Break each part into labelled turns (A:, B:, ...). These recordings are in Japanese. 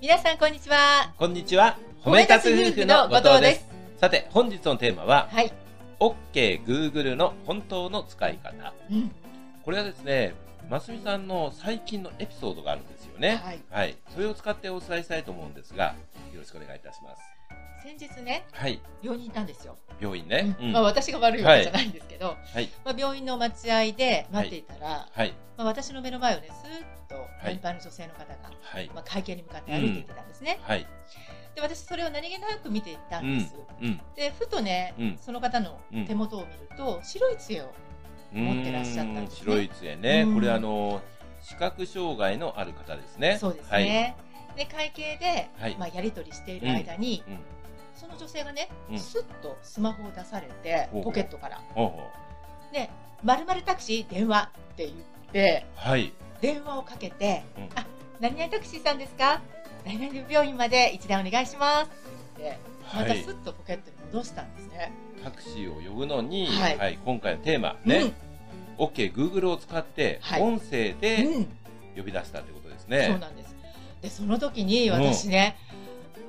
A: 皆さんこんにちは。
B: こんにちは。
A: 褒め立つ夫婦の後藤です。
B: さて、本日のテーマは、
A: はい。
B: OK Google の本当の使い方。
A: うん。
B: これはですね、ますみさんの最近のエピソードがあるんですよね。
A: はい。
B: はい。それを使ってお伝えしたいと思うんですが、よろしくお願いいたします。
A: 先日ね、
B: はい。
A: 病人いたんですよ。
B: 病院ね。うん
A: まあ私が悪いわけじゃないんですけど、
B: はい。
A: まあ病院の待合で待っていたら、
B: はい。
A: まあ私の目の前をね、スーッと
B: い
A: 年配の女性の方が、
B: はい。
A: まあ会計に向かって歩いていってたんですね。
B: はい。
A: で、私それを何気なく見ていたんです。
B: うん。
A: で、ふとね、
B: うん
A: その方の手元を見ると、白い杖を、持ってらっしゃったんですね
B: うー白い杖ね
A: う。ん
B: これあの、視覚障害のある方ですね。
A: そうですね。で、会計で、
B: はい
A: まあやり取りしている間に、
B: はい。うん。
A: その女性がね、
B: うん
A: スッとスマホを出されて、
B: ほうほう
A: ポケットから。
B: ほうほう
A: で、まるまるタクシー電話って言って、
B: はい。
A: 電話をかけて、
B: うん
A: あ、何々タクシーさんですか何々病院まで一段お願いしますって、ま
B: は
A: た
B: い
A: ス。ッとポケットに戻したんですね。
B: タクシーを呼ぶのに、は、
A: はいい
B: 今回のテーマね、OK、Google を使って、
A: はい
B: 音声
A: うん、
B: で
A: うん
B: 呼び出したってことです
A: そう
B: ね。
A: なんです。で、その時に私ね、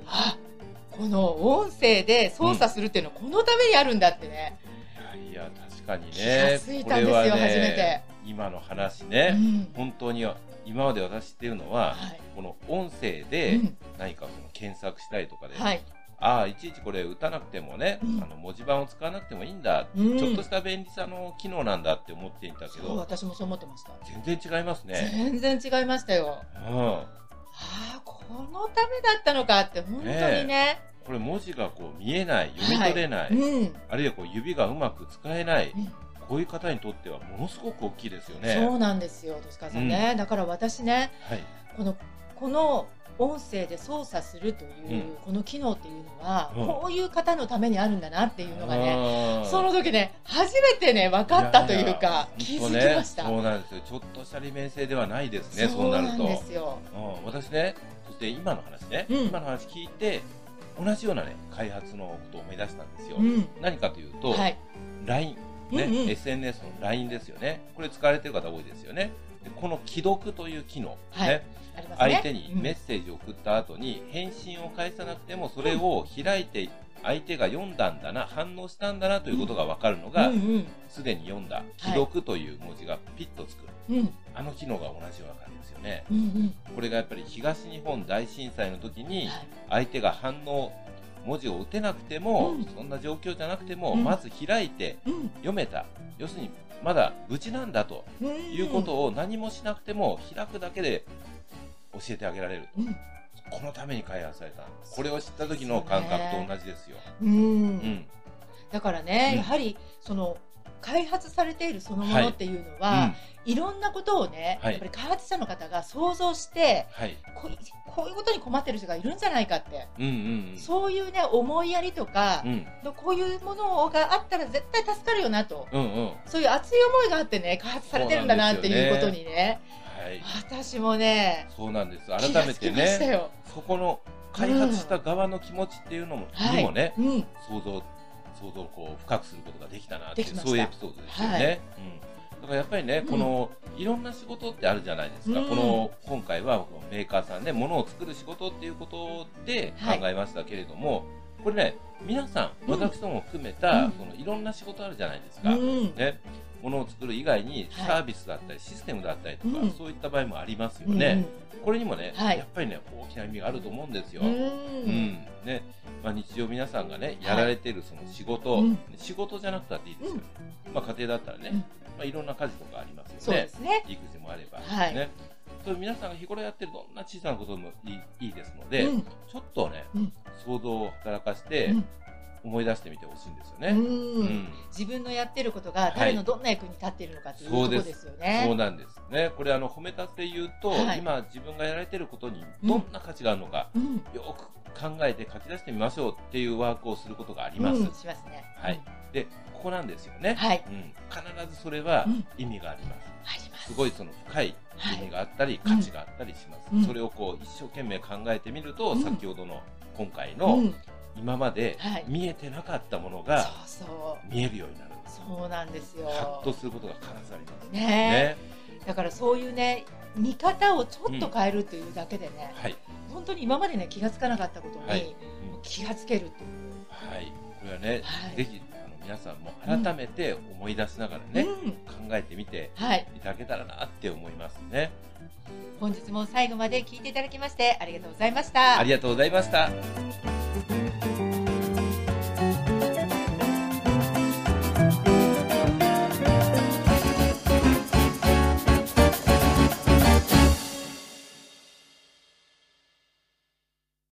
A: あ、この音声で操作するっていうのはこのためにあるんだってね、
B: いやいや、確かにね。
A: 気がついたんですよ
B: これは
A: 初
B: ね
A: めて
B: 今の話
A: う
B: ね、
A: ん、
B: 本当に今まで私っていうのは、
A: はい、
B: この音声
A: う
B: で
A: ん、
B: 何かその検索したりとかで、
A: はい、
B: ああ、いちいちこれ打たなくてもね、
A: うん
B: あの文字盤を使わなくてもいいんだ、
A: うん
B: ちょっとした便利さの機能なんだって思っていたけ
A: そう
B: ど、
A: 私もそう思ってました。
B: 全然違いますね。
A: 全然違いましたよ。
B: うん
A: ああ、このためだったのかって、本当にね。
B: これ文字がこう見えない、読み取れない、
A: うん、
B: あるいはこう指がうまく使えない、
A: うん
B: こういう方にとってはものすごく大きいですよね。
A: そうなんですよ、戸川さんね。だから私ね、
B: はい。
A: この、この音声で操作するという、この機能っていうのは、
B: うん
A: こういう方のためにあるんだなっていうのがね、
B: あー
A: その時ね、初めてね、分かったという
B: やや
A: か、気
B: 本当
A: づきました。
B: ね。そうなんですよ。ちょっとした利面性ではないですね、そう
A: そう
B: な
A: な
B: ると。
A: んですよ。
B: うん、私ね、そして今の話ね、
A: うん
B: 今の話聞いて、同じようなね、開発のことを思い出したんですよ。
A: うん。
B: 何かというと、
A: はい。
B: LINE、ね
A: うんうん
B: SNS の LINE ですよね。これ使われてる方多いですよね。でこの既読という機能、
A: はい
B: ね、
A: ありますね。
B: 相手にメッセージを送った後に返信を返さなくてもそれを開いて相手が読んだんだな反応したんだなということが分かるの
A: うん
B: が
A: うん
B: すでに読んだ「既読」という文字がピッとつく
A: うん。うん
B: あの機能が同じような感じですよね
A: うん
B: これがやっぱり東日本大震災の時
A: うん。
B: に
A: はい
B: 相手が反応文字を打てなくても
A: うん
B: そんな状況じゃなくても
A: うん
B: まず開いて
A: うん
B: 読めた要するにまだ無事なんだと
A: うん
B: いうことを何もしなくても開くだけで教えてあげられる
A: うん
B: このために開発されたこれを知った時の感覚と同じですよ。
A: うん
B: うん、
A: だからね、
B: うん
A: やはりその開発されているそのも
B: は
A: の
B: い
A: っていうの
B: うん
A: は、いろんなことをね、
B: はい
A: やっぱり開発者の方が想像して
B: はい、
A: こいこういうことに困ってる人がいるんじゃないかって、
B: うんうんうん、
A: そういうね思いやりとか
B: う、ん、
A: こういうものがあったら絶対助かるよなと
B: うんうん、は
A: そういう熱い思いがあってね開発されてるんだなっていうことにね
B: い、
A: 私もね
B: そうなんです。
A: 気
B: 改
A: が
B: め
A: つ
B: て
A: きました
B: ね、
A: よ。
B: そこの開発した側の気持ちっていうのも、
A: はい
B: にもね、
A: うん、
B: 想像想像をこう深くすることができたなっていう
A: できました
B: そういうエピソードですよね。
A: は
B: うん、だからやっぱりね、
A: うん
B: このいろんな仕事ってあるじゃないですか。
A: うん
B: この今回はこのメーカーさんで物を作る仕事っていうことで
A: はい
B: 考えましたけれども、これね皆さん
A: うん
B: 私ども含めた、
A: うん
B: そのいろんな仕事あるじゃないです
A: う
B: か。
A: ん、
B: ね。物を作る以外に
A: はい
B: サービスだったりシステムだったりとか、
A: うん
B: そういった場合もありますよ
A: うん
B: ね。これにもね、
A: はい
B: やっぱりね大きな意味があると思うんですよ。
A: うん、
B: う、んねまあ、日常皆さんがね
A: はい
B: やられてるその仕事、
A: うん
B: 仕事じゃなくたっていいですよね、まあ、家庭だったらね、
A: うん
B: まあ、いろんな家事とかあります
A: そ
B: よ
A: う
B: ね
A: ですね。
B: 育児もあれば、
A: はい
B: ねそういう皆さんが日頃やってるどんな小さなことでもいいいいですので、
A: うん
B: ちょっとね、
A: うん
B: 想像を働かせて
A: うん
B: 思い出してみてほしいんですよね、
A: う
B: うん
A: 自分のやってることが誰のどんな役に立っているのかというとこ
B: そう
A: ろで
B: です
A: すよ
B: そう
A: ね。
B: なんですねこれあの褒めたて言うと、
A: はい
B: 今自分がやられてることにどんな価値があるのか、
A: うん、
B: よく考えて書き出してみましょうっていうワークをすることがありま
A: う
B: す、
A: んしますね。
B: はい、でここなんですよね、
A: はい。
B: うん、必ずそれは
A: うん
B: 意味があります、
A: あります。
B: すごいその深い
A: は
B: 意味
A: い。
B: があったり価値があったりします、
A: うん
B: それをこう一生懸命考えてみると、
A: うん
B: 先ほどの今回
A: う
B: の
A: ん、
B: 今まで
A: はい
B: 見えてなかったもの
A: そう
B: が
A: そ
B: 見えるようになる
A: う。そうなんですよ。
B: ハッとすることが必ずあります
A: ね
B: ね
A: だからそういうね見方をちょっと変えるというだけでね、
B: はい
A: 本当に今までね気がつかなかったことに、
B: はい
A: もう気がつけるっていう
B: はい、これはね、
A: はい
B: ぜひあの皆さんも改めて思い出しながらね、
A: うん
B: 考えてみて
A: はい、
B: いただけたらなって思いますね。
A: 本日も最後まで聞いていただきましてありがとうございました
B: ありがとうございました。